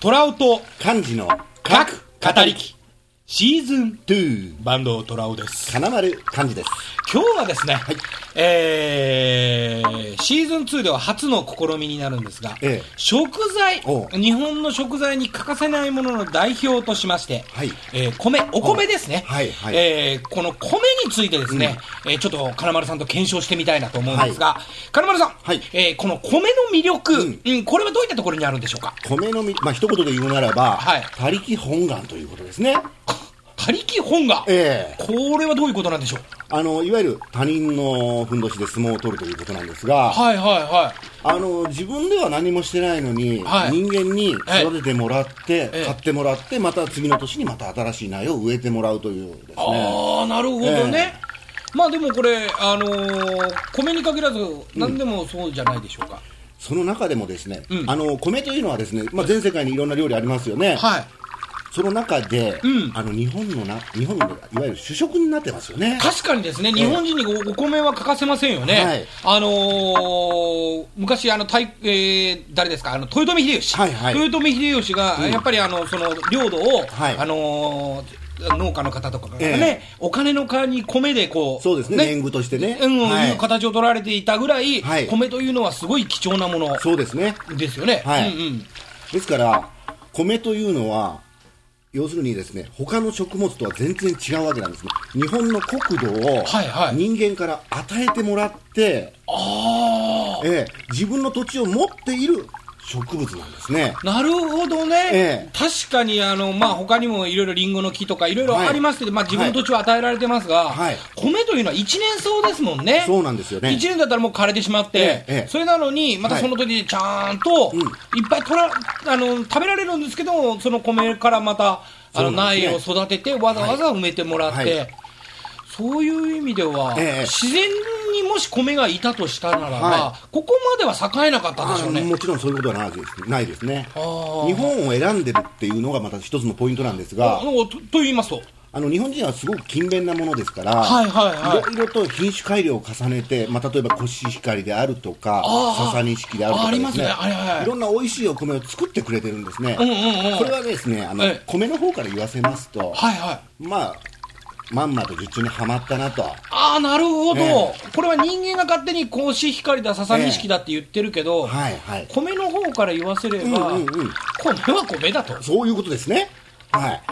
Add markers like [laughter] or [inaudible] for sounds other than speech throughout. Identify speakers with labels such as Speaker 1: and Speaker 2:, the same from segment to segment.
Speaker 1: トラウと
Speaker 2: 漢字の
Speaker 1: 各語りきシーズン2バンドトラウです
Speaker 2: 金丸漢字です
Speaker 1: 今日はですね、えーシーズン2では初の試みになるんですが、
Speaker 2: ええ
Speaker 1: 食材
Speaker 2: おう
Speaker 1: 日本の食材に欠かせないものの代表としまして、
Speaker 2: はい
Speaker 1: えー米お米ですね、
Speaker 2: はいはい
Speaker 1: えーこの米についてですね、えーちょっと金丸さんと検証してみたいなと思うんですが、金丸さん、
Speaker 2: はい
Speaker 1: えーこの米の魅力、
Speaker 2: うん
Speaker 1: うんこれはどういったところにあるんでしょうか
Speaker 2: 米のみ、まあ、一言で言うならば、
Speaker 1: はい
Speaker 2: 他力本願ということですね
Speaker 1: 他力本願、
Speaker 2: ええ
Speaker 1: これはどういうことなんでしょう
Speaker 2: あのいわゆる他人のふんどしで相撲を取るということなんですが、
Speaker 1: はいはいは
Speaker 2: あの自分では何もしてないのに、
Speaker 1: はい
Speaker 2: 人間に
Speaker 1: はい
Speaker 2: 育ててもらって、
Speaker 1: ええ
Speaker 2: 買ってもらってまた次の年にまた新しい苗を植えてもらうというです
Speaker 1: い、
Speaker 2: ね
Speaker 1: ああなるほどね、まあでもこれあのー米に限らず何でもそうじゃないでしょうか、
Speaker 2: その中でもですね、
Speaker 1: うん
Speaker 2: あの米というのはですね、まあ、全世界にいろんな料理ありますよね、
Speaker 1: はい
Speaker 2: その中で、
Speaker 1: うん
Speaker 2: あの日本のな日本のいわゆる主食になってますよね
Speaker 1: 確かにですね、日本人におお米は欠かせませんよね、
Speaker 2: はい
Speaker 1: あのー昔あの、たいえー誰ですか、あの豊臣秀吉、
Speaker 2: はいはい
Speaker 1: 豊臣秀吉が、やっぱりあのその領土を、
Speaker 2: はい
Speaker 1: あのー農家の方とかがね、
Speaker 2: え
Speaker 1: お金の代わりに米でこう、
Speaker 2: そうですね年貢としてね
Speaker 1: うん
Speaker 2: はい
Speaker 1: いう形を取られていたぐらい、
Speaker 2: はい
Speaker 1: 米というのはすごい貴重なもの
Speaker 2: そうですね
Speaker 1: ですよね。
Speaker 2: はい
Speaker 1: うんうん
Speaker 2: ですから米というのは要するにですね他の食物とは全然違うわけなんですね日本の国土を
Speaker 1: はいはい
Speaker 2: 人間から与えてもらって、
Speaker 1: あ
Speaker 2: ええ自分の土地を持っている植物なんですね
Speaker 1: あ、なるほどね、
Speaker 2: ええ
Speaker 1: 確かにあの、まあ、他にもいろいろりんごの木とかいろいろ
Speaker 2: はい
Speaker 1: ありますけど、まあ、自分の土地を与えられてますが、
Speaker 2: はい
Speaker 1: 米というのは一年草ですもんね。
Speaker 2: そうなんですよね
Speaker 1: 一年だったらもう枯れてしまって
Speaker 2: え、えええ
Speaker 1: それなのに、また
Speaker 2: はい
Speaker 1: その土地でちゃんと、
Speaker 2: うん
Speaker 1: いっぱい取らあの食べられるんですけど、その米からまたあの
Speaker 2: そうなんです
Speaker 1: 苗
Speaker 2: ね
Speaker 1: を育てて、わざわざ埋めてもらって。
Speaker 2: はいはい
Speaker 1: そういう意味では、
Speaker 2: ええええ
Speaker 1: 自然にもし米がいたとしたならば、
Speaker 2: は
Speaker 1: ここまでは栄えなかったでしょうね
Speaker 2: あ。もちろんそういうことはないですないですね
Speaker 1: あー
Speaker 2: 日本を選んでるっていうのがまた一つのポイントなんですが
Speaker 1: あのとと言いますと、
Speaker 2: あの日本人はすごく勤勉なものですから、
Speaker 1: はいはいはい
Speaker 2: ろいろと品種改良を重ねて、まあ、例えばコシヒカリであるとか
Speaker 1: あ、ー
Speaker 2: ササニシキであると
Speaker 1: ああ
Speaker 2: か
Speaker 1: り
Speaker 2: で
Speaker 1: ます
Speaker 2: す
Speaker 1: ね
Speaker 2: ね、
Speaker 1: はいはいはい
Speaker 2: ろんな美味しいお米を作ってくれてるんですね、
Speaker 1: うんうんうん
Speaker 2: これはですねあの、
Speaker 1: ええ
Speaker 2: 米の方から言わせますと、
Speaker 1: はいはい、
Speaker 2: まあ、まんまと術中にはまったなと、
Speaker 1: ああ、なるほど、
Speaker 2: え
Speaker 1: これは人間が勝手にコシヒカリだ、ササニシキだって言ってるけど、
Speaker 2: はいはい、
Speaker 1: 米の方から言わせれば、
Speaker 2: うんうんうん
Speaker 1: 米は米だと、
Speaker 2: そういうことですね、はい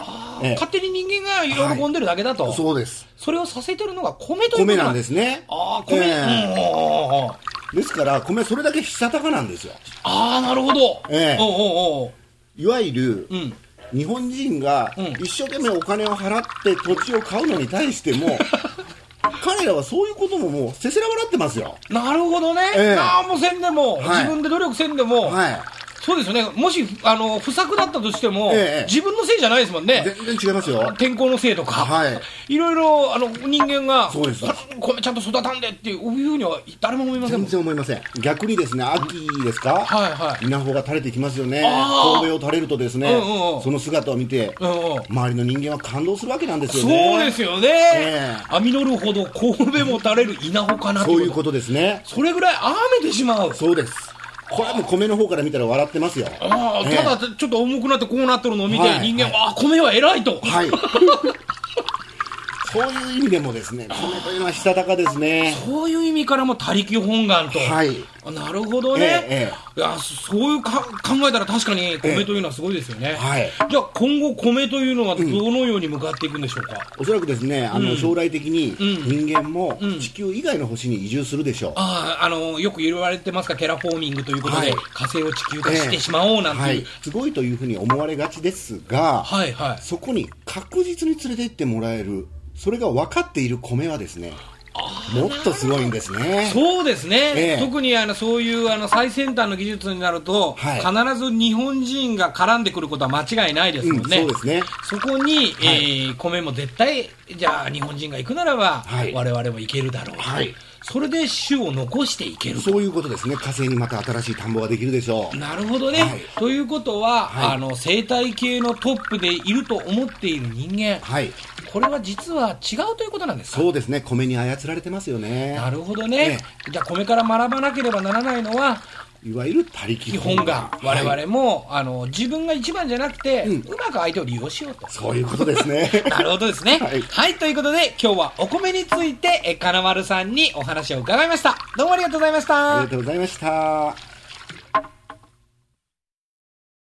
Speaker 2: ええ
Speaker 1: 勝手に人間がいろいろ込んでるだけだと、
Speaker 2: そうです、
Speaker 1: それをさせてるのが米という。
Speaker 2: 米なんですすね、
Speaker 1: ああ、米、
Speaker 2: え
Speaker 1: うん
Speaker 2: え
Speaker 1: うんうんうん
Speaker 2: ですから、米、それだけしたたかなんですよ。
Speaker 1: ああ、なるほど、
Speaker 2: ええ
Speaker 1: おうおうおう
Speaker 2: いわゆる、
Speaker 1: ん
Speaker 2: 日本人が
Speaker 1: うん
Speaker 2: 一生懸命お金を払って土地を買うのに対しても、
Speaker 1: [laughs]
Speaker 2: 彼らはそういうことももうせせら笑ってますよ。
Speaker 1: なるほどね、
Speaker 2: ええ
Speaker 1: なんもせんでも、
Speaker 2: はい
Speaker 1: 自分で努力せんでも、
Speaker 2: は
Speaker 1: そうですよね、もしあの不作だったとしても、
Speaker 2: ええ
Speaker 1: 自分のせいじゃないですもんね
Speaker 2: い。、全然違いますよ。
Speaker 1: 天候のせいとか、、
Speaker 2: はい
Speaker 1: ろいろあの人間が、
Speaker 2: そうです
Speaker 1: ここれちゃんと育たんでっていういうふうには誰も思いません
Speaker 2: 全
Speaker 1: もん。
Speaker 2: 然思いません。逆にですね、秋ですか、
Speaker 1: はいはい
Speaker 2: 稲穂が垂れてきますよね。
Speaker 1: あー
Speaker 2: 神戸を垂れるとですね、
Speaker 1: うんうんうん
Speaker 2: その姿を見て、
Speaker 1: うんうん
Speaker 2: 周りの人間は感動するわけなんですよね。
Speaker 1: そうですよね、
Speaker 2: え
Speaker 1: 網のるほど神戸も垂れる稲穂かなって
Speaker 2: そういう
Speaker 1: こと
Speaker 2: ことですね。
Speaker 1: それぐらい雨でしまう
Speaker 2: そうです。これはもう米の方から見たら笑ってますよ。
Speaker 1: ああ、
Speaker 2: ええ
Speaker 1: ただちょっと重くなってこうなってるのを見て、
Speaker 2: はい
Speaker 1: 人間は、ああ米は偉いと、
Speaker 2: はい。 [laughs] そういう意味でもですね、米というのはしたたかですね。
Speaker 1: そういう意味からも他力本願と、
Speaker 2: はい
Speaker 1: あなるほどね、
Speaker 2: えええ
Speaker 1: いやそういうか考えたら確かに米というのはすごいですよね、
Speaker 2: はい
Speaker 1: じゃあ今後米というのはどのように向かっていくんでしょうか、
Speaker 2: おそらくですね、あの将来的に
Speaker 1: ん
Speaker 2: 人間も地球以外の星に移住するでしょう。
Speaker 1: あああのよく言われてますがテラフォーミングということで、
Speaker 2: はい
Speaker 1: 火星を地球化
Speaker 2: ええ
Speaker 1: してしまおうなんて、。
Speaker 2: はいいうすごいというふうに思われがちですが、
Speaker 1: はい、はい
Speaker 2: そこに確実に連れて行ってもらえる、それが分かっている米はですね、もっとすごいんですね。
Speaker 1: そうですね、
Speaker 2: ええ
Speaker 1: 特にあのそういうあの最先端の技術になると、
Speaker 2: はい
Speaker 1: 必ず日本人が絡んでくることは間違いないですもんね、
Speaker 2: うんそうですね
Speaker 1: そこに、えー米も絶対、じゃあ、日本人が行くならば、
Speaker 2: はい
Speaker 1: 我々も行けるだろう、
Speaker 2: はい
Speaker 1: それで種を残していけると。
Speaker 2: そういうことですね。火星にまた新しい田んぼができるでしょう。
Speaker 1: なるほどね、
Speaker 2: はい
Speaker 1: ということは、
Speaker 2: はい
Speaker 1: あの生態系のトップでいると思っている人間、
Speaker 2: はい。
Speaker 1: これは実は違うということなんですか
Speaker 2: そうですね。米に操られてますよね。
Speaker 1: なるほどね、じゃあ米から学ばなければならないのは
Speaker 2: いわゆる他力
Speaker 1: 基本が我
Speaker 2: は
Speaker 1: 々
Speaker 2: い
Speaker 1: も、あの自分が一番じゃなくて、う
Speaker 2: うん
Speaker 1: まく相手を利用しようと。
Speaker 2: そういうことです
Speaker 1: [laughs]
Speaker 2: ね
Speaker 1: なるほどですね。は、
Speaker 2: [laughs] はいい
Speaker 1: ということで、今日はお米について、え、金丸さんにお話を伺いました。どうもありがとうございました。
Speaker 2: ありがとうございました